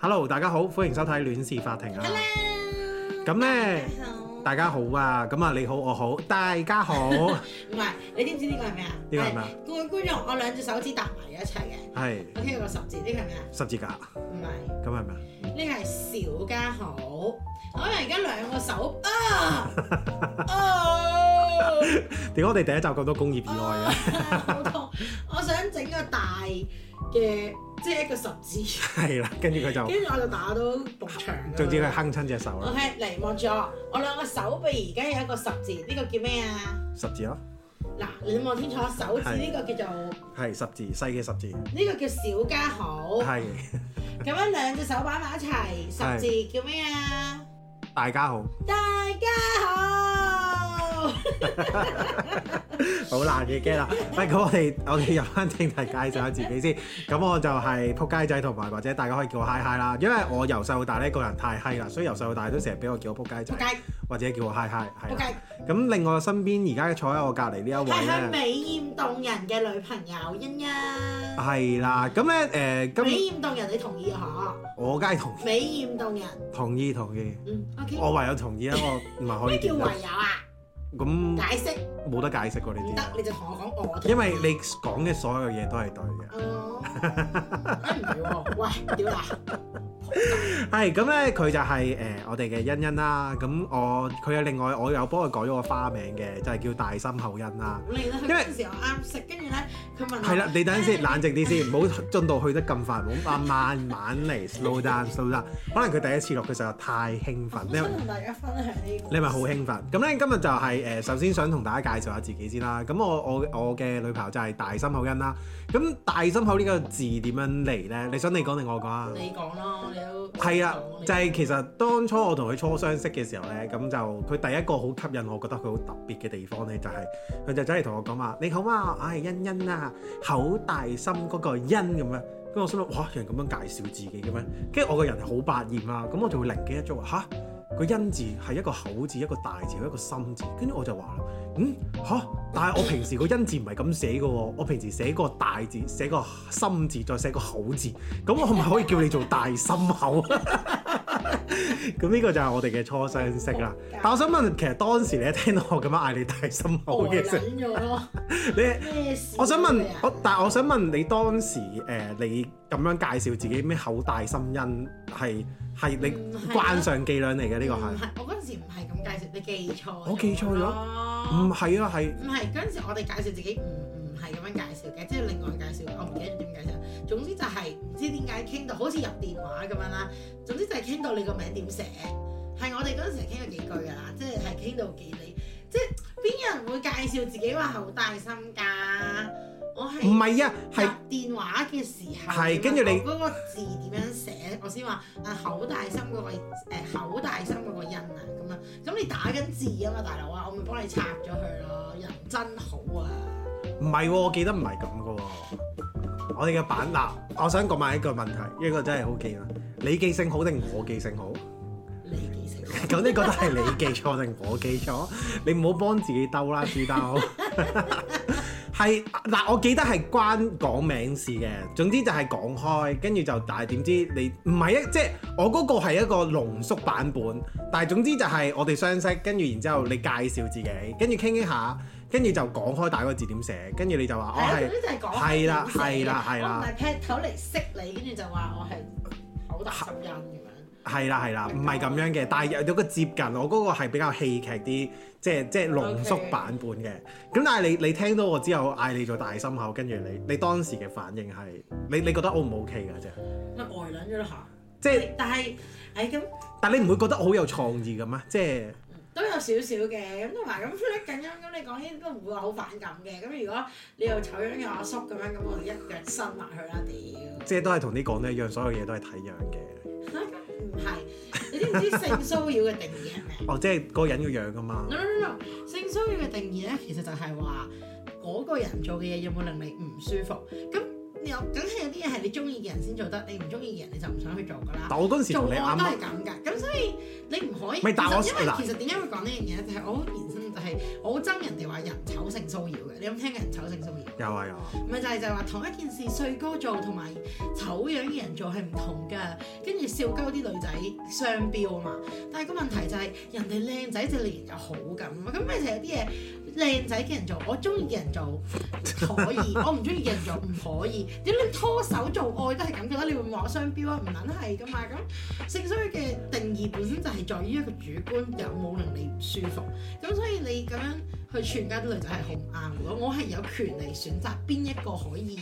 Hello，大家好，歡迎收睇《戀事法庭》啊！ Hello，咁咧大家好大家好啊，咁啊，你好，我好，大家 好，唔係，你知唔知呢個係咩啊？呢個係咩啊？各位觀眾，我兩隻手指搭埋咗一齊嘅，係我聽到個十字，呢個係咩啊？十字架，唔係，咁係咪啊？呢個係小家好。我而家兩個手啊，哦，點解我哋第一集咁多工業意 外嘅？ 啊好痛！我想整個大嘅，即係一個十字，係啦，跟住佢就，跟住我就打到埲牆。總之佢。哼親隻手啦，啊 OK，嚟望住我，我兩個手臂而家有一個十字，呢個叫咩啊？十字咯，嗱，你望清楚手指係呢個叫做係十字，細嘅十字，呢個叫小家好，係咁樣兩隻手擺埋一齊，係十字叫咩啊？大家好，大家好，好難嘅 g 啦。喂，咁我哋我哋入翻正題，介紹下自己先。咁我就係撲街仔，同埋或者大家可以叫我嗨嗨啦，因為我由細到大咧個人太嗨啦，所以由細到大都成日俾我叫我撲街仆仔，街或者叫我嗨嗨，係仆啦。街，咁另外身邊而家坐喺我隔離呢一係佢位咧，美豔動人嘅女朋友欣欣，係啦。咁咧誒，美咁豔動人，你同意嗬？我梗係同美豔動人，同意同意，嗯，OK，我唯有同意啦， 我唔係可以咩點叫唯得有啊？咁解釋冇得解釋過呢唔得啲，，你就同我 講我同意，因為你講嘅所有嘢都係對嘅。哦，哎唔係喎，喂，屌啦，啊係咁咧，佢就係、誒、我哋嘅欣欣啦。咁我佢有另外我有幫佢改咗個花名嘅，就係、叫大心口欣啦。你咧，佢因為嗰陣時我啱食，跟住咧佢問我係啦，你等陣 先，冷靜啲先，唔好進度去得咁快，唔好慢慢慢嚟，slow down，slow down。可能佢第一次落嘅時候太興奮，我因為想同大家分享呢個。啊你咪好興奮。咁咧今日就係、誒、首先想同大家介紹下自己先啦。咁我我我嘅女朋友就係大心口欣啦。咁大心口呢個字點樣嚟咧？你想你講定我講啊？你講咯，你都係啊，你就係其實當初我同佢初相識嘅時候咧，咁就佢第一個好吸引我，覺得佢好特別嘅地方咧，就係、佢就走嚟同我講話：你好啊，我係欣欣啊，口大心嗰個欣咁樣。跟住我心諗哇，有人咁樣介紹自己嘅咩？跟住我個人係好百厭啦，咁我就會靈機一觸話吓，個欣字係一個口字、一個大字、一個心字，跟住我就話啦，嗯吓，但係我平時個欣字唔係咁寫嘅喎，我平時寫個大字、寫個心字，再寫個口字，咁我係咪可以叫你做大心口 啊？咁呢個就係我哋嘅初相識啦。但我想問，其實當時你一聽到我咁樣嗌你大心口呆嘅時候，撚 咗咯，你咩事啊？我想問你啊我，但係我想問你當時誒、呃你咁樣介紹自己咩口大心恩係係嗯你係啊慣上伎倆嚟嘅呢個唔係？係我嗰陣時唔係咁介紹，你記錯咗咯。我記錯咗唔唔係啊，係係嗰陣時，我哋介紹自己唔唔係咁樣介紹嘅，即係另外介紹。我唔記得咗點介紹。總之就係唔知點解傾到，好似入電話咁樣啦。總之就係傾到你個名點寫，係我哋嗰陣時傾咗幾句㗎啦，即係係傾到幾你，即係邊有人會介紹自己話好大心㗎？我係唔係啊？係入電話嘅時候，係跟住你嗰個字點樣寫，我先話啊口大心嗰、個誒、口大心嗰個印啊咁啊，咁你打緊字啊嘛，大佬啊，我咪幫你拆咗佢咯，人真好啊！唔係喎？我記得唔係咁嘅喎。我哋嘅版嗱，我想講埋一個問題，一個真係好記啦。你記性好定我記性好？你幾識？ 咁你覺得係你記錯定我記錯？你唔好幫自己兜啦，豬兜。 係嗱，我記得係關講名事嘅。總之就係講開，跟住就但係點知你唔係一即係我嗰個係一個濃縮版本，但係總之就係我哋相識，跟住然之後你介紹自己，跟住傾傾下，跟住就講開大個字點寫，跟住你就話我係哦係啊，總之就係講係啦點寫係啦係啦我唔係劈頭嚟識你，跟住就話我係口大心印咁樣。係啦係啦，唔係咁樣嘅，但係有有個接近，我嗰個係比較戲劇啲，即係即係濃縮 OK 版本嘅。咁但係你你聽到我之後嗌你做大心口，跟住你你當時嘅反應係，你你覺得 O 唔 O K 㗎啫？咪呆撚咗啦嚇！即係但係，誒咁但你唔會覺得我好有創意嘅咩？即係都有少少嘅，咁同埋咁 flirt 緊咁，咁你講呢都唔會話好反感嘅。咁如果你又醜樣又阿叔咁樣，咁我就一腳伸埋佢啦，屌！即係都係同你講都一樣，所有嘢都係睇樣嘅。唔係，你知唔知性騷擾嘅定義係 咩哦，即係嗰個人嘅樣㗎嘛。 ？no no no，no，性騷擾嘅定義咧，其實就係話嗰個人做嘅嘢有冇令你唔舒服。咁你有梗係有啲嘢係你中意嘅人先做得，你唔中意嘅人你就唔想去做㗎啦。但我嗰陣時做同你愛啱都啱係咁㗎，咁所以你唔可以。咪但其實我因為嗱其實點解會講呢樣嘢就係我好延伸就係我好憎人哋話人醜性騷擾嘅，你有冇聽過人醜性騷擾？有啊有啊，咪就係就係話同一件事帥哥做同埋醜樣嘅人做係唔同㗎，跟住笑鳩啲女仔雙標啊嘛。但係個問題就係、人哋靚仔就你有好感啊嘛，咁咪就係有啲嘢靚仔嘅人做，我中意嘅人做 可以，我唔中意嘅人做唔可以。點解你拖手做愛都係咁嘅啦？你會唔會話我雙標啊？唔撚係㗎嘛。咁性衰嘅定義本身就係在於一個主觀有冇令你唔舒啊服，咁所以你咁樣。去全家啲女仔係好唔啱嘅。我係有權利選擇邊一個可以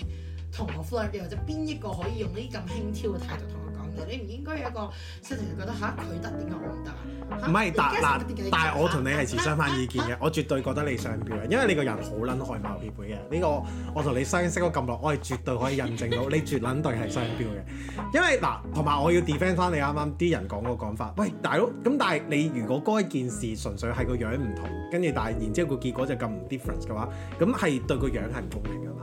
同我 flirt 嘅，或者邊一個可以用呢啲咁輕佻嘅態度同我講嘢。你唔應該有一個 s e t 覺得吓佢得點解我唔得啊？嚇唔係你但而家先得點嗱解，但你係唔我得同你係持相反意見啊嘅，我絕對覺得你雙標嘅，因為你個人好撚外貌協會嘅。呢個我同你相識咗咁耐，我係絕對可以印證到你絕撚對係雙標嘅。因為嗱，同埋我要 defend 翻你啱啱啲人講嗰個講法，喂大佬，咁但係你如果嗰一件事純粹係個樣唔同，跟住但係然之後個結果就咁唔 difference 嘅話，咁係對個樣係唔公平㗎嘛。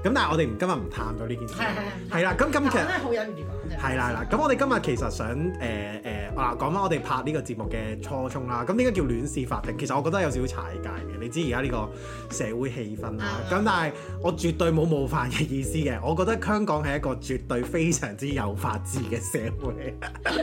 咁但係我哋唔今日唔探咗呢件事係係，係係啦，咁但咁我其實真。係啊好忍唔住講啫。係啦，嗱，咁我哋今日其實想誒誒嗱講翻我哋拍呢個節目嘅初衷啦。咁點解叫亂事法庭？其實我覺得有少少踩界嘅。你知而家呢個社會氣氛啦，啊咁、但係我絕對冇冒犯嘅意思嘅。我覺得香港係一個絕對非常之有法治嘅社會。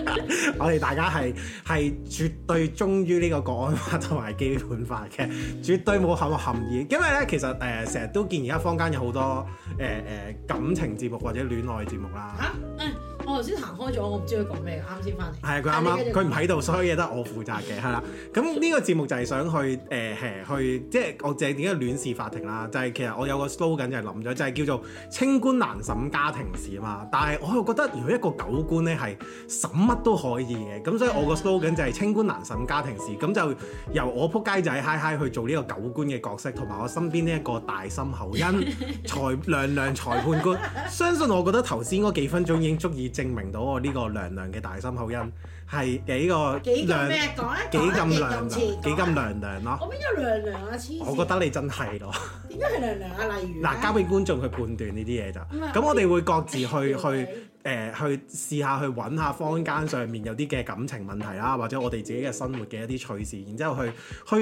我哋大家係係絕對忠於呢個國安法同埋基本法嘅，絕對冇含含義。因為咧，其實誒成日都見而家坊間有好多誒誒、呃感情節目或者戀愛節目啦。嚇誒我頭先行開咗，我唔知佢講咩嘅，啱先翻嚟。係啊佢啱啱佢唔喺度，所有嘢都係我負責嘅，係啦。咁呢個節目就係想去誒、呃、去，即係我淨係點解亂事法庭啦？就係、其實我有個 slogan 就係諗咗，就係、叫做清官難審家庭事啊嘛。但係我又覺得如果一個狗官咧係審乜都可以嘅，咁所以我個 slogan 就係清官難審家庭事。咁就由我撲街仔嗨嗨去做呢個狗官嘅角色，同埋我身邊呢一個大心口恩裁亮亮裁判官。 相信我覺得頭先嗰幾分鐘已經足以證明到我呢個娘娘嘅大心口恩係幾個幾咁亮咩講咧？幾咁講亮得亮，幾幾咁似啊咁亮亮咯。我邊有娘娘啊？黐線！我覺得你真係咯，點解係娘娘啊？例如嗱 交俾觀眾去判斷呢啲嘢咋。唔係咁我哋會各 自去去。去。誒、呃去試下去揾下坊間上面有啲嘅感情問題啊啦，或者我哋自己嘅生活嘅一啲趣事，然之後去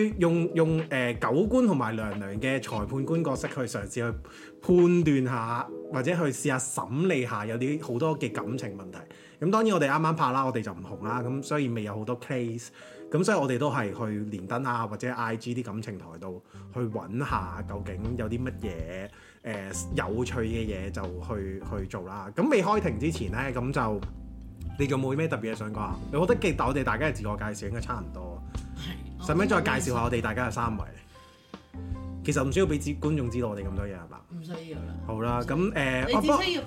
去用用誒、狗官同埋娘娘嘅裁判官角色去嘗試去判斷下，或者去試下審理下有啲好多嘅感情問題。咁當然我哋啱啱拍啦，我哋就唔紅啦，咁所以未有好多 case。咁所以我哋都係去連登啊，或者 IG 啲感情台度去揾下究竟有啲乜嘢誒呃有趣嘅嘢就去去做啦。咁未開庭之前呢，咁就你仲冇咩特別嘢想講啊？我覺得其實我哋大家嘅自我介紹應該差唔哦多，係使唔使再介紹下我哋大家嘅三圍？哦其實唔需要俾知觀眾知道我哋咁多嘢係嘛？唔需要啦。好啦，咁誒，你我只需要，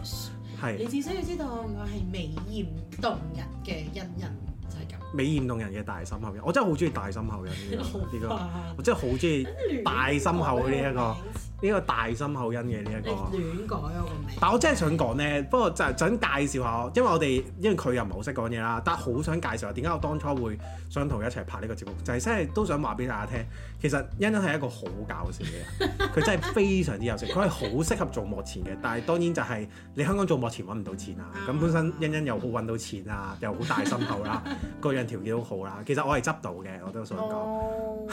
係你只需要知道我係美豔動人嘅恩人，就係咁。美豔動人嘅大心口人，我真係好中意大心口人呢個呢個，煩我真係好中意。大心口呢一個個呢個大心口音嘅呢一個。你亂改我個名。但我真係想講呢，不過就係想介紹下，因為我哋因為佢又唔係好識講嘢啦，但係好想介紹下點解我當初會想同佢一齊拍呢個節目，就係真係都想話俾大家聽，其實欣欣係一個好搞笑嘅 人，佢真係非常之有識，佢係好適合做幕前嘅，但係當然就係你香港做幕前揾唔到錢啦，嗯咁本身欣欣又好揾到錢啊，又好大心口 啦，個樣條件好好啦，其實我係執到嘅，我都想講。哦，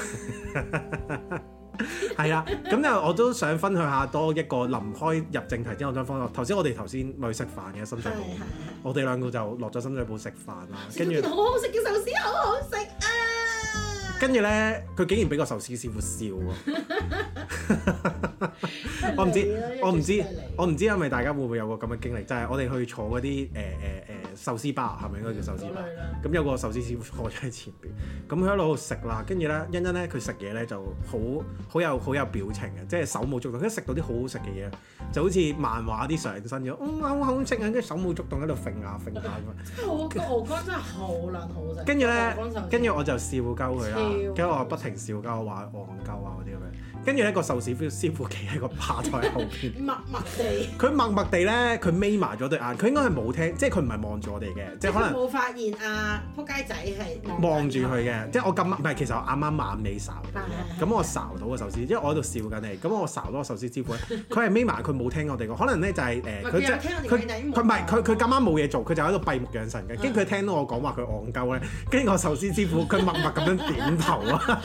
係啦，咁咧我都想分享下多一個臨開入正題之後，我想分享頭先我哋頭先咪去食飯嘅深係水埗，係係。我哋兩個就落咗深水埗食飯啦， 跟見住到好好食嘅壽司，好好食啊！跟住咧，佢竟然俾個壽司師傅笑喎， 我唔知你啦我唔知啊真係啊嗯你我唔知係咪大家會唔會有個咁嘅經歷，就係、我哋去坐嗰啲誒誒誒壽司吧，係咪應該叫壽司嗰吧？類啦咁有個壽司師傅坐咗喺前邊，咁佢喺度食啦，跟住咧欣欣咧佢食嘢咧就好好有好有表情嘅，即係手舞足動，一食到啲好好食嘅嘢，就好似漫畫啲上身咁，嗯好好食啊，跟住手舞足動喺度揈下揈下啊咁樣，真係好個鵝肝真係好撚好食。跟住咧鵝肝壽司跟住我就笑鳩佢啦笑，跟住我不停笑鳩我話戇鳩啊嗰啲咁樣，跟住咧個壽司師傅企喺個吧台後邊。 默默地，佢默默地咧，佢眯埋咗對眼，佢應該係冇聽，即係佢唔係望住我哋嘅，即係可能 冇發現啊，撲街仔係望住佢嘅。即係我咁唔係，其實我啱啱眼尾睄嘅係係係咁我睄到個壽司，因為我喺度笑緊你，咁我睄到個壽司師傅咧， 佢係眯埋，佢冇聽我哋講，可能咧就係誒唔佢係佢即有係聽我哋佢講但係已經冇啊佢唔係佢佢咁講啱冇嘢做，佢就喺度閉目養神嘅。跟住佢聽到我講話佢戇鳩咧，跟住個壽司師傅佢默默咁樣點頭啊。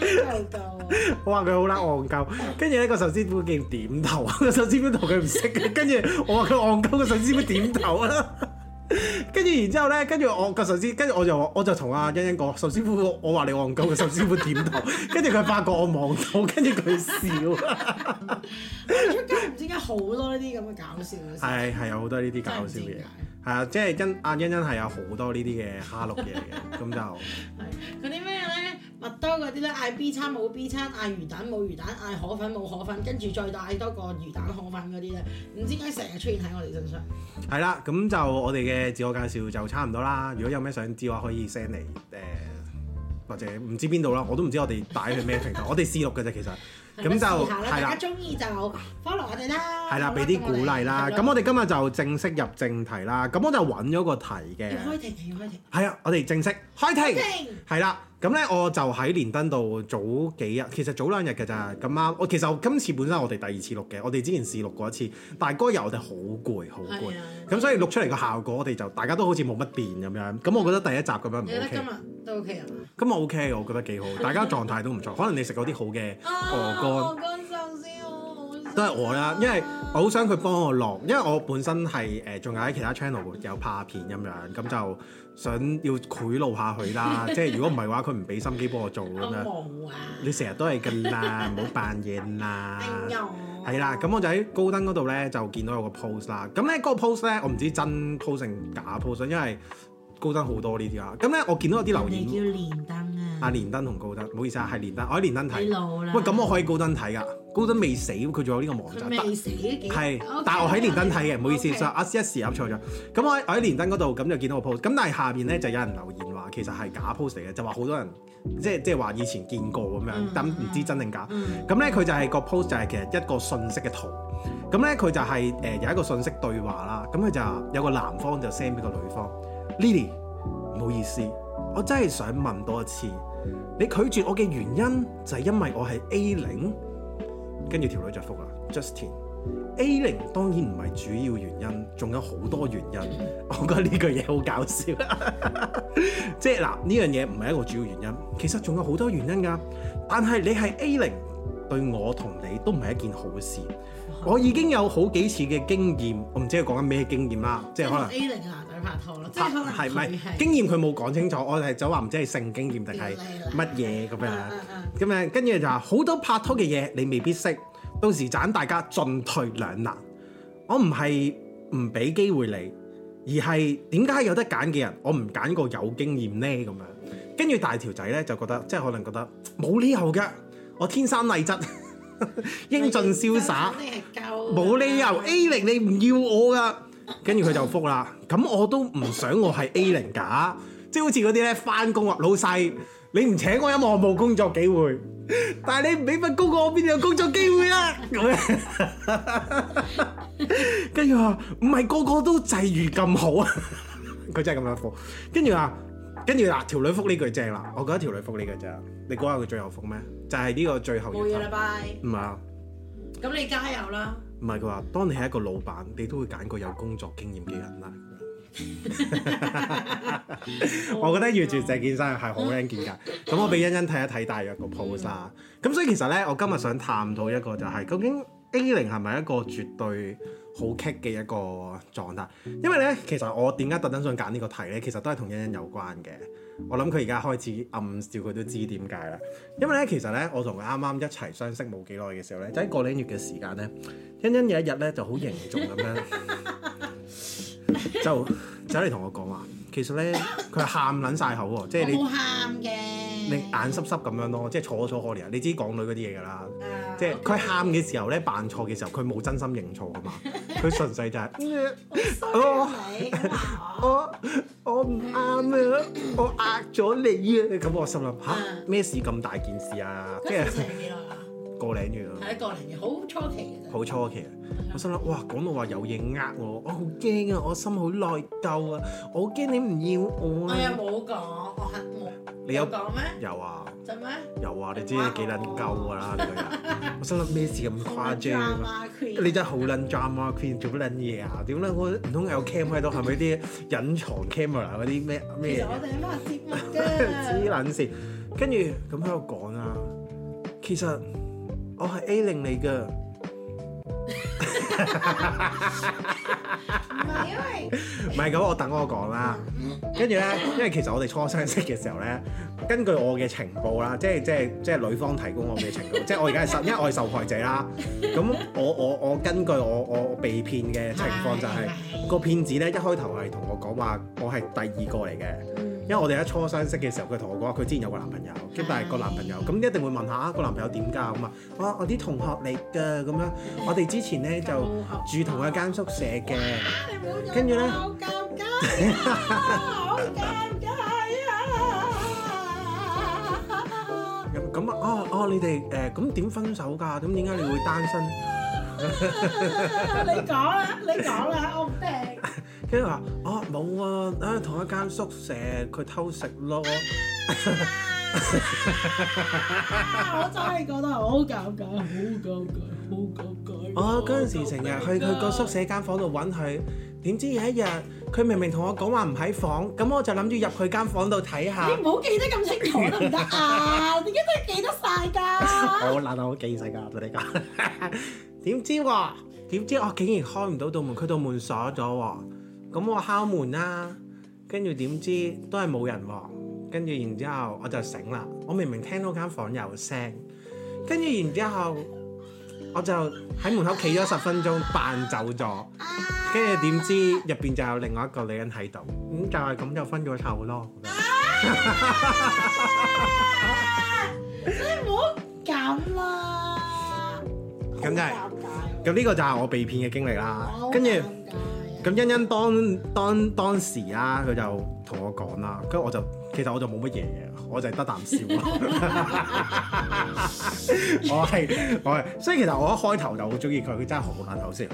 喺度到。我話佢好啦戇鳩，跟住呢個壽司傅竟然點頭，啊 個壽司傅同佢唔識嘅，跟住我話佢戇鳩，個壽司傅點頭啊！跟住然之後咧，跟住我個壽司，跟住我就我就同阿欣欣講，壽司傅我話你戇鳩，個壽司傅點頭，跟住佢發覺我望到，跟住佢笑，出街唔知點解好多呢啲咁嘅搞笑嘅事，係係啊有好多呢啲搞真係唔笑知嘢點，解。係啊，即係欣阿欣欣係有好多呢啲嘅蝦碌嘢嘅，咁就。嗰啲咩咧，麥當嗰啲咧，嗌 B 餐冇 B 餐，嗌魚蛋冇魚蛋，嗌河粉冇河粉，跟住再嗌多個魚蛋河粉嗰啲咧，唔知點解成日出現喺我哋身上。係啦，咁就我哋嘅自我介紹就差唔多啦。如果有咩想知嘅話，可以 send 嚟誒，或者唔知邊度啦，我都唔知我哋擺去咩平台，我哋試錄嘅啫，其實咁就試下啦，係大家啦，中意就 follow 我哋啦。係啦，好俾啲鼓勵啦。咁哦我我哋今日就正式入正題啦。咁我就揾咗個題嘅哋要，開庭，要開庭，係啊，我哋正式開庭。停！係啦，咁咧我就喺連登度早幾日，其實早兩日嘅咋，咁啱。我其實我今次本身我哋第二次錄嘅，我哋之前試錄過一次，但係嗰日我哋好攰，好攰係啊，咁所以錄出嚟個效果，我哋就大家都好似冇乜變咁樣。咁我覺得第一集咁樣唔你覺得 OK，今日都 OK 係嘛？咁啊 OK，我覺得幾好，大家狀態都唔錯。可能你食嗰啲好嘅啊，鵝我乾壽司我啊肝，都係我啦，因為我好想佢幫我落，因為我本身係誒仲有喺其他 channel 有拍片咁樣，咁就想要賄賂下佢 啦。即係如果唔係嘅話，佢唔俾心機幫我做咁我樣。冇啊，你成日都係㗎啦，唔好扮嘢 啦。哎呦，啊係啦，咁我就喺高登嗰度咧就見到有個 post 啦。咁咧嗰個 post 咧，我唔知真 post 定假 post，因為高登好多呢啲啦。咁咧我見到有啲留你叫言，連登啊。啊連登同高登，唔好意思啊，係連登，我喺連登你睇。老啦。喂，咁我可以高登睇噶，高登未死，佢仲有呢個網佢站。未死嘅，係 OK，，但係我喺連登睇嘅，唔好意思， OK 所以我一時一時噏錯咗。咁我喺我喺連登嗰度咁就見到個 post，咁但係下邊咧就有人留言話其實係假 post 嚟嘅，就話好多人即係即係話以前見過咁樣嗯，但唔知真定假。嗯咁咧佢就係個 post 就係其實一個信息嘅圖，咁咧佢就係、誒、有一個信息對話啦，咁佢就話有個男方就 send 俾個女方，Lily 唔好意思，我真係想問多一次，你拒絕我嘅原因就係因為我係 A 零，跟住條女就覆啦，Justin。A 零當然唔係主要原因，仲有好多原因。 我覺得呢句嘢好搞笑， 即係嗱呢樣嘢唔係一個主要原因，其實仲有好多原因㗎。但係你係 A 零，對我同你都唔係一件好事。我已經有好幾次嘅經驗，我唔知佢講緊咩經驗啦，即係可能 A 零嘅男仔拍拖咯，即係可能係咪佢係經驗佢冇講清楚，我哋就話唔知係性經驗定係乜嘢咁樣。嗯咁樣跟住就話好多拍拖嘅嘢你未必識，到時盞大家進退兩難。我唔係唔俾機會你，而係點解有得揀嘅人，我唔揀個有經驗呢？咁樣。跟住大條仔呢，就覺得，即係可能覺得冇理由㗎，我天生麗質， 英俊瀟灑。冇理由嗯 A 零你唔要我噶，跟住佢就覆啦。咁我都唔想我係 A 零㗎，即係好似嗰啲咧翻工啊，老細你唔請我，因為我冇工作機會。但係你唔俾份工我，我邊度有工作機會啊？咁樣，跟住話唔係個個都際遇咁好啊，佢真係咁樣覆。跟住話，跟住嗱條女覆呢句正啦，我覺得條女覆呢句正。你估下佢最後覆咩？就係、呢個最後冇一嘢份啦，拜。唔係啊。咁你加油啦！唔係佢話，當你係一個老闆，你都會揀個有工作經驗嘅人啦。我覺得完全鄭件衫係好靚件㗎。咁我俾欣欣睇一睇大約個 pose 啦。咁所以其實咧，我今日想探討一個就係、究竟 A 零係咪一個絕對好棘嘅一個狀態？因為咧，其實我點解特登想揀呢個題咧，其實都係同欣欣有關嘅。我諗佢而家開始暗笑，佢都知點解啦。因為咧，其實咧，我同佢啱啱一齊相識冇幾耐嘅時候咧，就喺個零月嘅時間咧，欣欣有一日咧就好凝重咁樣，就走嚟同我講話，其實咧佢係喊撚晒口喎，即我係你冇喊嘅，你眼濕濕咁樣咯，即係楚楚可憐啊！你知港女嗰啲嘢㗎啦。啊即係佢喊嘅時候咧，扮錯嘅時候，佢冇真心認錯啊嘛。佢純粹就係、嗯好衰啊你咁話我我我唔啱啊！我呃咗你啊！咁我心諗吓咩事咁大件事啊？即嗰時係成幾耐啊？個零月啊，係一個零月，好初期嘅啫。好初期啊！我心諗哇，講到話有嘢呃我，我好驚啊！我心好內疚啊！我好驚你唔要我我又啊！冇講，我係冇。你有講咩？有啊真咩？有啊！你知你幾撚鳩㗎啦？你個人，我心諗咩事咁誇張啊？你真係好撚 drama queen，做乜撚嘢啊？點解我唔通有 cam 喺度？係咪啲隱藏 camera 啊嗰啲咩其咩實？我哋都係節目黐啫。撚線，跟住咁喺度講啦。其實我係 A 零你㗎，唔係因為唔係咁，我等我講啦。跟住咧，因為其實我哋初相識嘅時候咧，根據我嘅情報啦，即係即係即係女方提供我嘅情報，即係我而家係受，因為我係受害者啦。咁我我我根據我我被騙嘅情況就係、個騙子咧一開頭係同我講話，我係第二個嚟嘅。因為我哋一初相識嘅時候，佢同我講話佢之前有個男朋友，跟住但係個男朋友咁一定會問下啊個男朋友點㗎咁啊，哇我啲同學嚟㗎咁樣，我哋之前咧就住同一間宿舍嘅，Ừ. 跟住咧好尷尬好尷尬啊！咁咁啊哦哦你哋誒咁點分手㗎？咁點解你會單身？你講啦，你講啦，我唔聽。跟住話哦冇啊，啊同一間宿舍佢偷食咯，我真係覺得好尷尬，好尷尬，好尷尬。我哦嗰陣時成日去佢個宿舍間房度揾佢，點知有一日佢明明同我講話唔喺房，咁我就諗住入佢間房度睇下。你唔好記得咁清楚得唔得啊？點解都記得晒㗎？我懶到好記性㗎，同你講。 點知喎？點知我竟然開唔到道門，佢道門鎖咗喎。咁我敲門啦，跟住點知都係冇人喎。跟住然之後我就醒啦，我明明聽到間房有聲，跟住然之後我就喺門口企咗十分鐘，扮走咗。跟住點知入邊就有另外一個女人喺度，咁就係咁就分咗手咯。你唔好咁啦。咁就係好尷尬咁呢個就係我被騙嘅經歷啦。哦跟住。咁咁欣欣當當當時啦，佢就同我講啦，跟住我就其實我就冇乜嘢嘅，我就係得啖笑咯 我係我係，所以其實我一開頭就好中意佢，佢真係好撚好笑，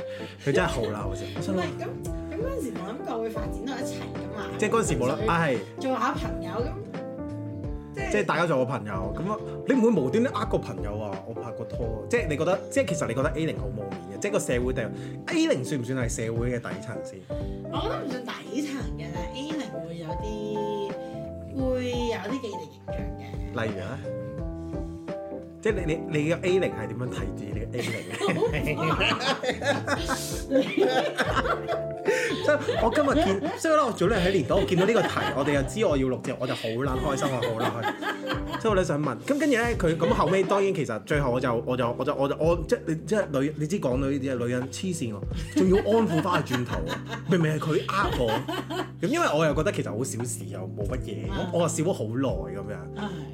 佢真係好撚好笑。我唔心係諗咁咁嗰陣時冇諗過會發展到一齊㗎嘛？即係嗰陣時冇啦，啊係，做下朋友咁，即即係係大家做個朋友咁啊，你唔會無端端呃個朋友啊，我拍過拖啊，即係你覺得，即係其實你覺得 A 零好冇面嘅，即係個社會地 A 零算唔算係社會嘅底層先？我覺得唔算底層嘅啦，A 零會有啲會有啲既定形象嘅。例如咧，即係你你你嘅 A 零係點樣睇住你嘅 A 零？即係我今日見，即係咧，我早兩日喺年度，我見到呢個題，我哋又知我要錄節目，我就好撚開心，我好撚開心。即係我咧想問，咁跟住咧佢咁後尾當然其實最後我就我就我就我就我即係你即係女，你知港女啲女人黐線喎，仲要安撫翻佢轉頭喎，明明係佢呃我，咁因為我又覺得其實好小事又冇乜嘢，我我笑咗好耐咁樣。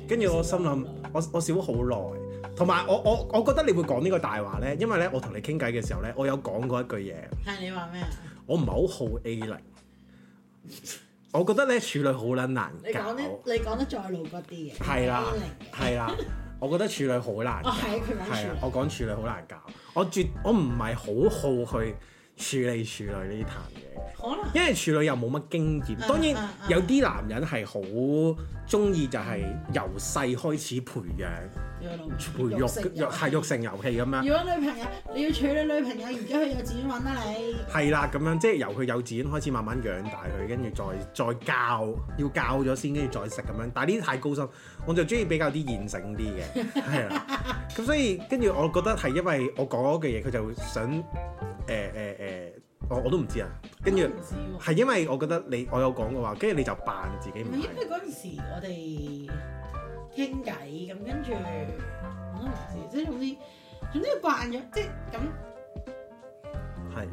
跟住我心諗，我我笑咗好耐，同埋我我我覺得你會講呢個大話咧，因為咧我同你傾偈嘅時候咧，我有講過一句嘢，係你話咩啊？我唔係好好 A 零，我覺得咧處女好撚難你講搞，得你講得再露骨啲嘅，係啦 A 零嘅，係啦，我覺得處女好難 哦搞，係佢講係啊處啦女，我講處女好難搞，我絕我唔係好好去處理處女呢壇嘢。可能因為處女又冇乜經驗，啊當然啊啊有啲男人係好中意就係由細開始培養。要老培育成育係育成遊戲咁樣，要揾女朋友，你要娶你女朋友，而家去幼稚園揾啦你。係啦咁樣，即係由佢幼稚園開始慢慢養大佢，跟住再再教，要教咗先，跟住再食咁樣。但係呢啲太高深，我就中意比較啲現成啲嘅，係啦。咁所以跟住我覺得係因為我講嗰句嘢，佢就想誒誒誒，我我都唔知啊。跟住我唔知喎係因為我覺得你我有講過話，跟住你就扮自己唔唔係因係。為嗰陣時我哋傾偈咁，跟住我都唔知，即係總之總之慣咗，即係咁係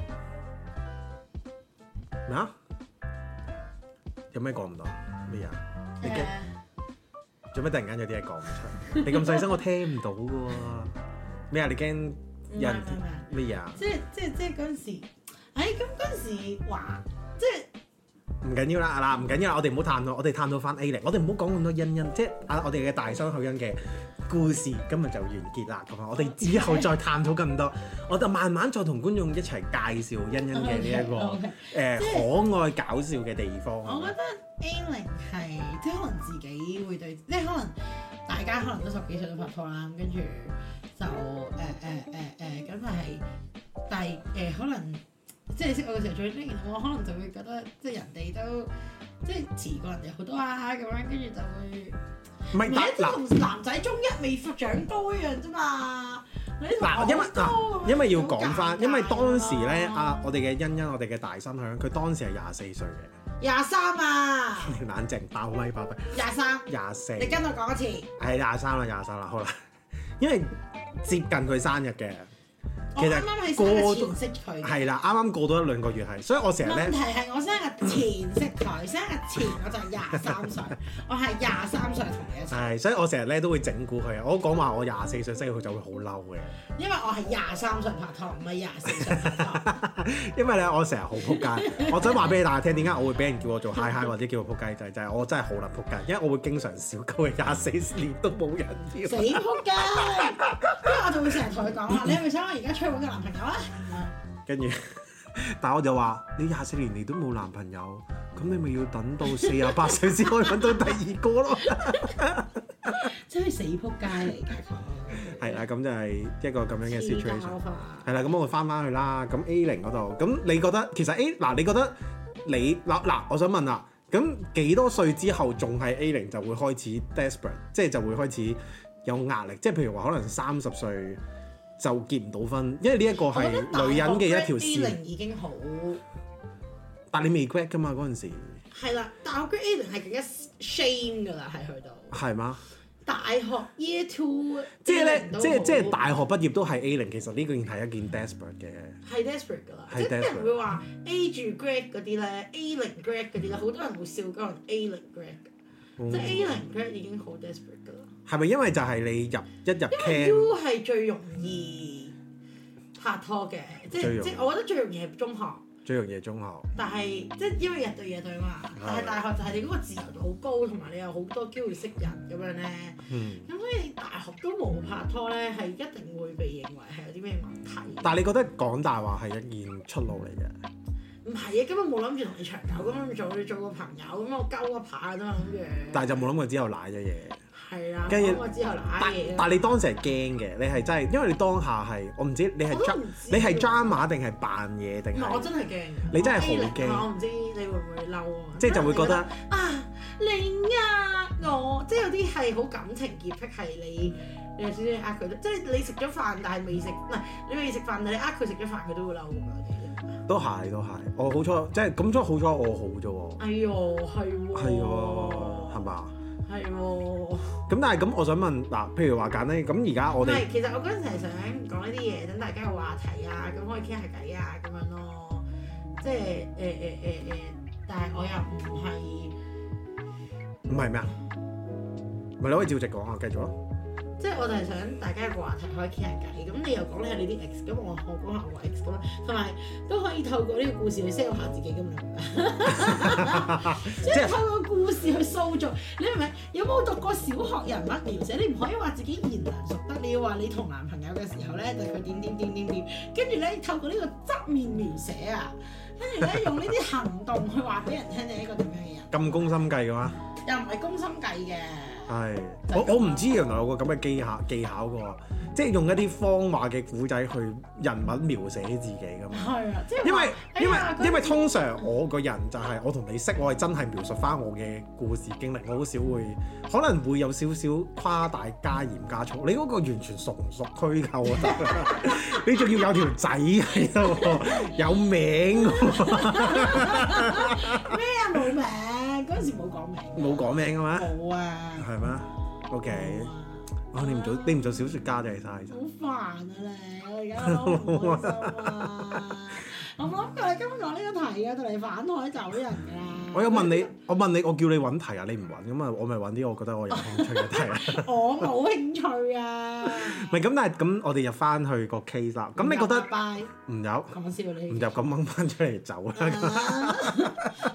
咩啊？有咩講唔到？咩啊？你誒驚？做咩突然間有啲嘢講唔出？ 你咁細聲，我聽唔到嘅喎。咩啊？你驚唔係唔係唔係，咩嘢啊？即係即係即係嗰陣時唉，咁嗰陣時話，即係唔緊要啦，嗱唔緊要啦，我哋唔好探討，我哋探討翻 A 零，我哋唔好講咁多欣欣，即係啊我哋嘅大傷口欣嘅故事，今日就完結啦咁啊！我哋之後再探討更 多，我就慢慢再同觀眾一齊介紹欣欣嘅呢 一個 OK，OK 誒、即可愛搞笑嘅地方我覺啊！得 A 零係即係可能自己會對，即係可能大家可能都十幾歲都拍拖啦，咁跟住就誒誒誒誒咁但係但係誒、呃可能即係你識我嘅時候最中意我，可能就會覺得即係人哋都即係遲過人哋好多啊咁樣，跟住就會。唔係你但一嗱。同男仔中一未長高一樣啫嘛。你同嗱，因為嗱，因為要講翻，因為當時咧，好尷尬啊，我哋嘅欣欣，我哋嘅大新響，佢當時係廿四歲嘅，廿三啊，冷靜爆咪爆咪，廿三，廿四，你跟我講一次。係廿三啦，廿三啦，好 啦，因為接近佢生日嘅，我其實啱啱喺生過日咗前識佢嘅。係啦，啱啱過咗一兩個月係，所以我成日問題咧，係我生日前識佢，生日前我就係廿三歲，我係廿三歲同你一齊，係，所以我成日咧都會整蠱佢，啊我講話我廿四歲生日，佢就會好嬲嘅， 因為我係廿三歲拍拖，唔係廿四歲拍拖。因為咧我成日好撲 街，我想話俾大家聽，點解我會俾人叫我做嗨嗨或者叫我撲街仔，就係我真係好撚撲街，因為我會經常少鳩嘅廿四年都冇人要 死。仆街！因為我就會成日同佢講話，你係咪想我而家出揾個男朋友啊？跟住， 但我就話：你廿四年嚟都冇男朋友，咁你咪要等到四廿八歲先可以揾到第二個咯。真係死仆街嚟㗎佢。係啦，咁就係一個咁樣嘅黐 situation 膠。化係啦，咁我翻翻去啦。咁 A 零嗰度，咁你覺得其實 A 嗱，你覺得你嗱嗱，我想問啦，咁幾多歲之後仲係 A 零就會開始 desperate，即係就會開始有壓力，即係譬如話可能三十歲就結唔到婚，因為呢一個我係覺得大學女人嘅一條 grade A 線。零已經好但你未 grad 噶嘛嗰陣時，係啦，大學 grade A 零係更加 shame 㗎啦，係去到係嘛？大學 year two，即係咧 A 零，都即係即係好大學畢業都係 A 零，其實呢件係一件 desperate 嘅，係 desperate 㗎啦，係即係啲 desperate 人會話 A 住 grad 嗰啲咧，A 零 grad 嗰啲咧，好多人會笑嗰人 A 零 grad，㗎哦即係 A 零 grad 已經好 desperate 㗎啦，係咪因為就係你入一入因 camp 為 U 係最容易拍拖嘅，即最係容易即係我覺得最容易係中學，最容易係中學，但係即係因為日對夜對嘛，但係大學就係你嗰個自由度好高，同埋你有好多機會識人咁樣咧，嗯，咁所以大學都冇拍拖咧，係一定會被認為係有啲咩問題。但係你覺得講大話係一件出路嚟嘅，唔係啊，根本冇諗住同你長久咁樣做，你做個朋友咁我鳩一排啫嘛，諗住。但係就冇諗過之後賴咗嘢。係啦，跟住咁我之後揦但嘢啦。但係你當時係驚嘅，你係真係因為你當下係我唔知你係我都 dra- 唔知你係 drama 定係扮嘢定唔係，我係真係驚。你真係好我欺凌驚啊我唔知你會唔會嬲啊？即係就會覺得啊，你啊，我即係有啲係好感情潔癖，係你你有少少呃佢，即係你食咗飯但係未食，唔係你未食飯，但係你呃佢食咗飯，佢都會嬲咁樣。都係都係，我好彩即係咁所以好彩我好啫喎，哎呦，係喎，係喎，係嘛？係喎。咁但係咁我想問嗱，譬如話簡單啲，咁而家唔我哋係，其實我嗰陣時係想講呢啲嘢，等大家有話題啊，咁可以傾下偈啊，咁樣咯。即係誒誒誒誒，但係我又唔係，唔係咩啊？咪你可以照直講啊，繼續咯。即係我就係想大家有個話題可以傾下偈。咁你又講你係你啲 ex，咁我我講下我 ex 咁樣，同埋都可以透過呢個故事去 sell 下自己咁 樣。 即即係係透過故事去塑造，你明唔明？有冇讀過小學人物描寫？你唔可以話自己賢良淑德，你要話你同男朋友嘅時候咧，就佢點點點點點，跟住咧透過呢個側面描寫啊，跟住咧用呢啲行動去話俾人聽你係一個點樣嘅人，咁攻心計嘅嘛？又唔係攻心計嘅。係，我我唔知原來有個咁嘅技巧技巧嘅喎，即係用一啲方話嘅古仔去人物描寫自己嘅嘛。係啊，即係話因為哎因為呀因為通常我個人就係我同你識，我係真係描述翻我嘅故事經歷，我好少會可能會有少少誇大加鹽加醋。你嗰個完全純屬虛構啊！ 你仲要有條仔喺度喎，有名喎咩啊冇名嗰陣時冇講名，冇講名嘅嘛？冇啊，係咩？OK。冇啊哇！你唔做你唔做小説家就係晒。好煩啊你，我而家都唔開心啊！我諗佢今日呢個題啊，到嚟反台走人㗎啦。我有問你，我問你，我叫你揾題啊，你唔揾咁啊，我咪揾啲我覺得我有興趣嘅題啊。我冇興趣啊。唔係咁，但係咁我哋入翻去個 case 啦。咁你覺得拜唔有講笑 你唔入咁掹翻出嚟走啦？ 啊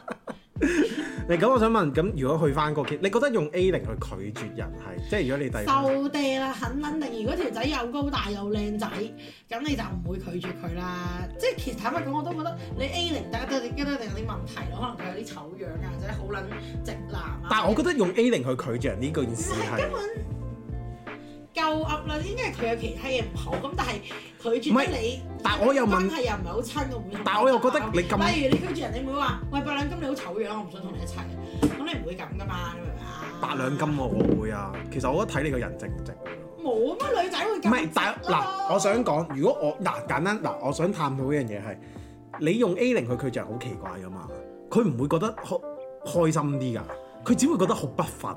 你咁我想問，咁如果去翻個 case，你覺得用 A 零去拒絕人係，即係如果你第收爹啦，肯肯定。如果條仔又高大又靚仔，咁你就唔會拒絕佢啦。即係其實坦白講，我都覺得你 A 零得得一定有啲問題咯，可能佢有啲醜樣啊，或者好撚直男啊。但係我覺得用 A 零去拒絕人呢件事係根。本夠噏啦，應該係佢有其他嘢唔好，咁但係拒絕得你，但係我又問關係又唔係好親，我唔會同你但係我又覺得你咁例如你拒絕人，你唔會話喂八兩金你好醜樣，我唔想同你一齊，咁你唔會咁噶嘛，你明唔明啊？八兩金喎，我會啊。其實我覺得睇你個人值唔值。冇乜女仔會唔咁係，但直咯嗱，我想講，如果我嗱簡單嗱，我想探討一樣嘢係，你用 A 零去拒絕係好奇怪噶嘛？佢唔會覺得開開心啲㗎，佢只會覺得好不忿，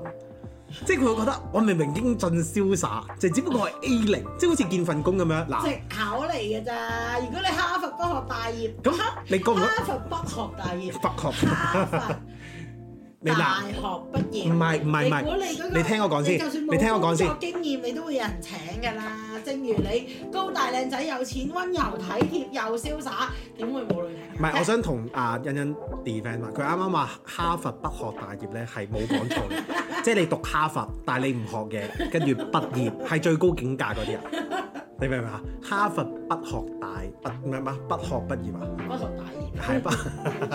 即係佢會覺得我明明英俊瀟灑，就只不過係 A 零，即係好似見份工咁樣嗱。直考嚟嘅咋。如果你哈佛不學大業，咁你覺唔覺得哈佛不學大業，不確？哈佛 你大嗱，學畢業，唔係唔係唔係如果你嗰個你聽我講先就算冇你聽我講先工作經驗你都會有人請㗎啦。正如你高大靚仔、有錢、温柔體貼又瀟灑，點會冇女唔請啊？係，我想同阿欣欣 defend 埋，佢啱啱話哈佛不學大業咧係冇講錯嘅，即係你讀哈佛，但係你唔學嘢，跟住畢業係最高境界嗰啲人，你明唔明啊？哈佛不學大，不唔係唔係不學畢業啊，我同大係業 不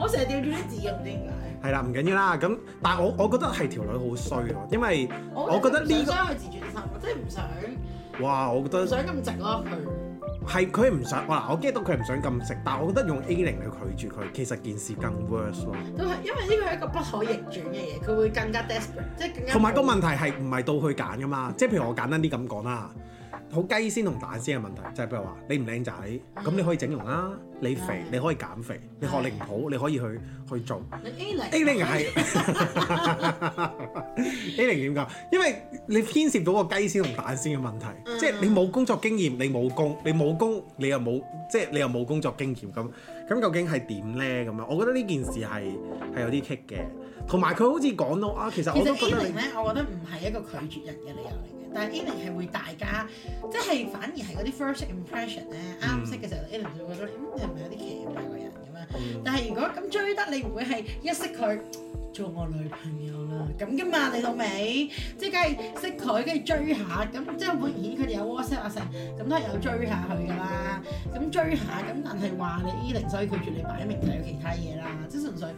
我成日掉轉啲字嘅，唔知點解。係啦，唔緊要啦。咁但係我我覺得係條女好衰喎，因為我覺得呢個傷佢自尊心咯，即係唔想哇，我覺唔得想咁直咯佢。係佢唔想嗱，我 get 到佢唔想咁食，但係我覺得用 A 零去拒絕佢，其實件事更 worse 咯。都係因為呢個係一個不可逆轉嘅嘢，佢會更加 desperate，即係更加同埋個問題係唔係到去揀噶嘛？即係譬如我簡單啲咁講啦，好雞先同蛋先嘅問題，就係譬如話你唔靚仔，咁你可以整容啦；你肥嗯你可以減肥，你學歷唔好你可以去去做。你 A 零 A 零係 A 零點講？因為你牽涉到個雞先同蛋先嘅問題，嗯即係你冇工作經驗，你冇工，你冇工，你又冇即係你又冇工作經驗咁，咁究竟係點咧？咁樣我覺得呢件事係係有啲棘嘅，同埋佢好似講到啊，其實其我實都覺 A 得你零。咧，我覺得唔係一個拒絕人嘅理由嚟嘅，但係 A 零係會大家即係反而係嗰啲 first impression 咧，啱識嘅時候 A 零就會覺得嗯係咪有啲奇怪個人咁樣？嗯但係如果咁追得你唔會係一識佢做我女朋友啦咁噶嘛？你老味，即係梗係識佢跟住追下，咁即係好明顯佢哋有 WhatsApp 啊成，咁都係有追下佢㗎啦。咁追下咁，但係話你 A 零所以拒絕你擺明就有其他嘢啦，即係純粹。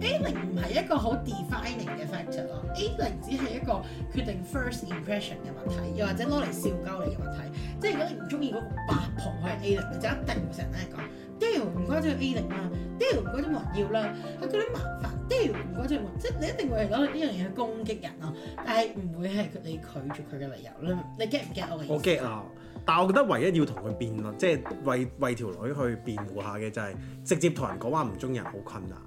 A 零唔係一個好 defining 嘅 factor 咯，A 零只係一個決定 first impression 嘅問題，又或者攞嚟笑鳩你嘅問題。即係如果你唔中意嗰個八婆佢係 A 零，你就一定會成日講，屌唔該咗 A 零啦，屌唔該咗冇人要啦，佢覺得麻煩，屌唔該咗冇人，即係你一定會係攞呢樣嘢去攻擊人咯，但係唔會係佢你拒絕佢嘅理由啦。你 get 唔 get 我嘅意思？我 get 啊！但係我覺得唯一要同佢辯論，即係為為條女去辯護下嘅就係、直接同人講話唔中意人好困難，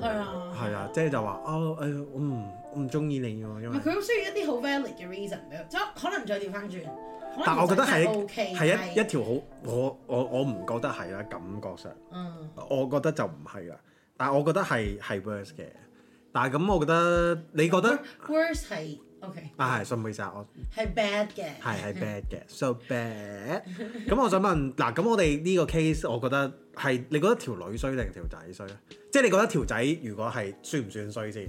係啊，係啊，即係就話哦誒，我唔我唔中意你喎，因唔為係佢好需要一啲好 valid 嘅 reason 俾佢，即係可能再調翻轉。但我覺得係 O K，係一一條好，我我我唔覺得係啦，感覺上嗯。我覺得就唔係啦，但係我覺得係係 worse 嘅，但係咁我覺得你覺得 worse 係 OK 啊係，信唔信啊？我係 bad 嘅，係係 bad 嘅，so bad。咁我想問嗱，咁我哋呢個 case，我覺得係你覺得條女衰定條仔衰咧？即係你覺得條仔如果係算唔算衰先？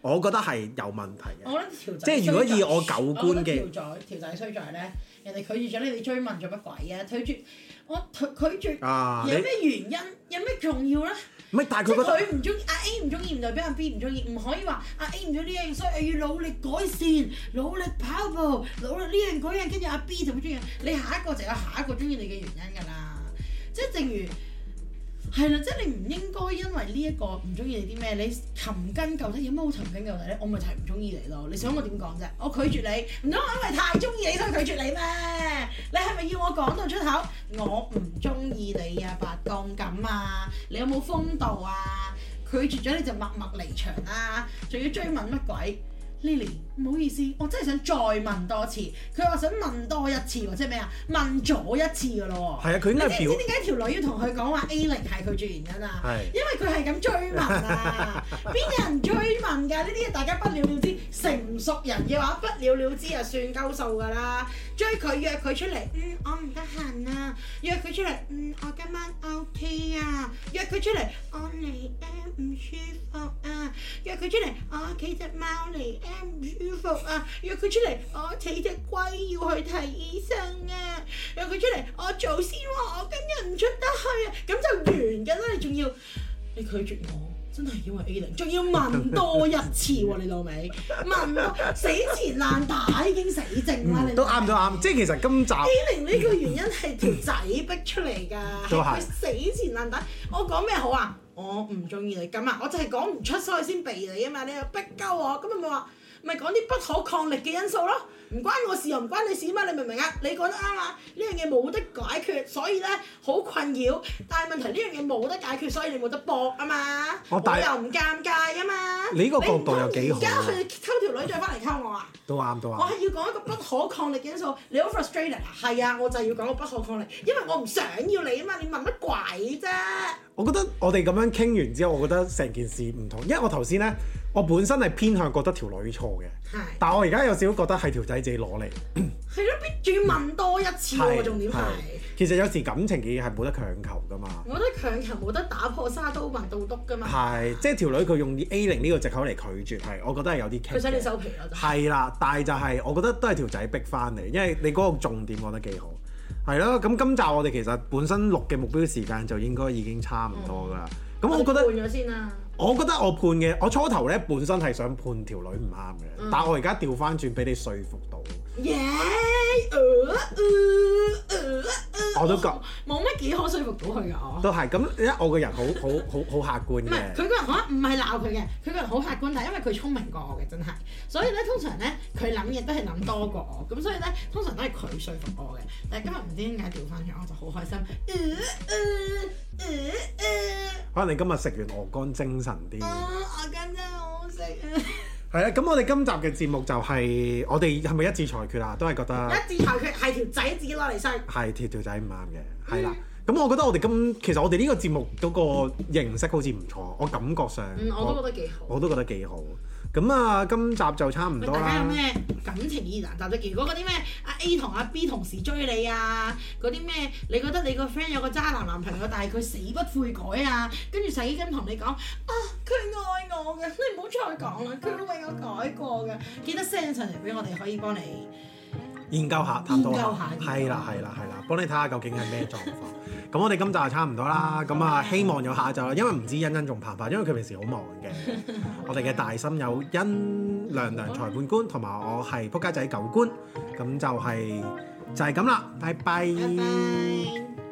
我覺得係有問題嘅。我覺得條仔即係如果以我狗官嘅我覺得條仔條仔衰在咧，人哋拒絕咗你，你追問做乜鬼啊？拒絕我拒拒絕啊，有咩原因？有咩重要咧？你唔係，但係即佢覺係得佢唔中意，阿 A 唔中意，唔代表阿 B 唔中意，唔可以話阿 A 唔中意呢樣，所以我要努力改善，努力跑步，努力呢樣嗰樣，跟住阿 B 就會中意你。下一個就有下一個中意你嘅原因㗎啦。即係正如係啦，即係你唔應該因為呢一個唔中意你啲咩，你尋根究底，有咩好尋根究底咧？我咪就係唔中意你咯。你想我點講啫？我拒絕你，唔通我因為太中意你所以拒絕你咩？你係咪要我講到出口？我唔中意你啊，八公咁啊，你有冇啊風度啊？拒絕咗你就默默離場啦、仲要追問乜鬼？ Lily，唔好意思，我真係想再問多次。佢話想問多一次喎，即係咩啊？問咗一次噶咯喎。係啊，佢應你該知係唔表知點解條女要同佢講話 A 零係佢住原因啊？係因為佢係咁追 問啊，邊有人追問㗎？呢啲嘢大家不了了之，成熟人嘅話不了了之就算鳩數㗎啦。追佢約佢出嚟，嗯，我唔得閒啊。約佢出嚟，嗯，我今晚 OK 啊。約佢出嚟，我嚟 M 唔舒服啊。約佢出嚟，我企只貓嚟 M 唔舒服啊。約佢出嚟，我企只龜要去睇醫生啊。約佢出嚟，我做先喎、我今日唔出得去啊。咁就完㗎啦，你仲要。你拒絕我，真係因為 A 零，仲要問多一次喎、你老味，問多死纏爛打已經死症啦，你嗯都啱都啱，即係其實今集 A 零呢個原因係條仔逼出嚟㗎，都係係佢死纏爛打。我講咩好啊？我唔中意你咁啊，我就係講唔出，所以先避你啊嘛。你又逼鳩我，咁咪話咪講啲不可抗力嘅因素咯。唔關我事又唔關你事嘛，你明唔明啊？你講得啱啊，呢樣嘢冇得解決，所以咧好困擾。但係問題呢樣嘢冇得解決，所以你冇得搏啊嘛。我大又唔尷尬啊嘛。你呢個角度又幾好你唔通而家啊去溝條女再翻嚟溝我啊？都啱都我啱，係要講一個不可抗力嘅因素，你好 frustrated 啊！係啊，我就係要講個不可抗力，因為我唔想要你啊嘛，你問乜鬼啫？我覺得我哋咁樣傾完之後，我覺得成件事唔同，因為我頭先咧，我本身係偏向覺得條女錯嘅，係但我而家有少少覺得係條仔自己攞嚟。係咯，必仲要問多一次係喎，啊重點係係。其實有時感情嘅嘢係冇得強求噶嘛。我覺得強求冇得打破沙都問到篤噶嘛，係，即係條女佢用 A 零呢個藉口嚟拒絕，係我覺得係有啲棘嘅佢想你收皮咯就係。係啦，但係就係我覺得都係條仔逼翻嚟，因為你嗰個重點講得幾好。係咯，咁今集我哋其實本身錄嘅目標時間就應該已經差唔多㗎啦。咁、我覺得，換咗先啦，我覺得我判嘅，我初頭咧本身係想判條女唔啱嘅，嗯但我而家調翻轉俾你說服到。耶！呃呃呃呃我都覺冇乜幾可說服到佢㗎我。都係咁，因為我個人好好好好客觀唔嘅係，佢個人可能唔係鬧佢嘅，佢個人好客觀，但係因為佢聰明過我嘅，真係。所以咧，通常咧，佢諗嘢都係諗多過我，咁所以咧，通常都係佢說服我嘅。但係今日唔知點解調翻轉，我就好開心。呃呃呃呃可能你今日食完鵝肝精神啲。啊我今真係好食啊！係啦，咁我哋今集嘅節目就係、我哋係咪一致裁決啊？都係覺得一自裁決係條仔自己攞嚟衰。係條條仔唔啱嘅，係啦。嗯咁、我覺得我哋今其實我哋呢個節目嗰個形式好似唔錯，我感覺上、嗯，我都覺得幾好。我都覺得幾好。咁啊，今集就差唔喂，多大家有啦。咩感情疑難雜症？如果嗰啲咩阿 A 同阿 B 同時追你啊，嗰啲咩你覺得你個 friend 有個渣男男朋友，但係佢死不悔改啊，跟住洗衣巾同你講啊，佢愛我嘅，你唔好再講啦，佢都為我改過嘅，記得 send 上嚟俾我哋，可以幫你。研究下，探討研下究下，係啦，係啦，係啦，幫你睇下究竟係咩狀況。咁我哋今集就差唔多啦。咁啊，希望有下集啦，因為唔知欣欣仲拍唔拍，因為佢平時好忙 嘅。我哋嘅大心有欣亮亮裁判官，同埋我係撲街仔狗官，咁就係、就係咁啦，拜拜拜拜。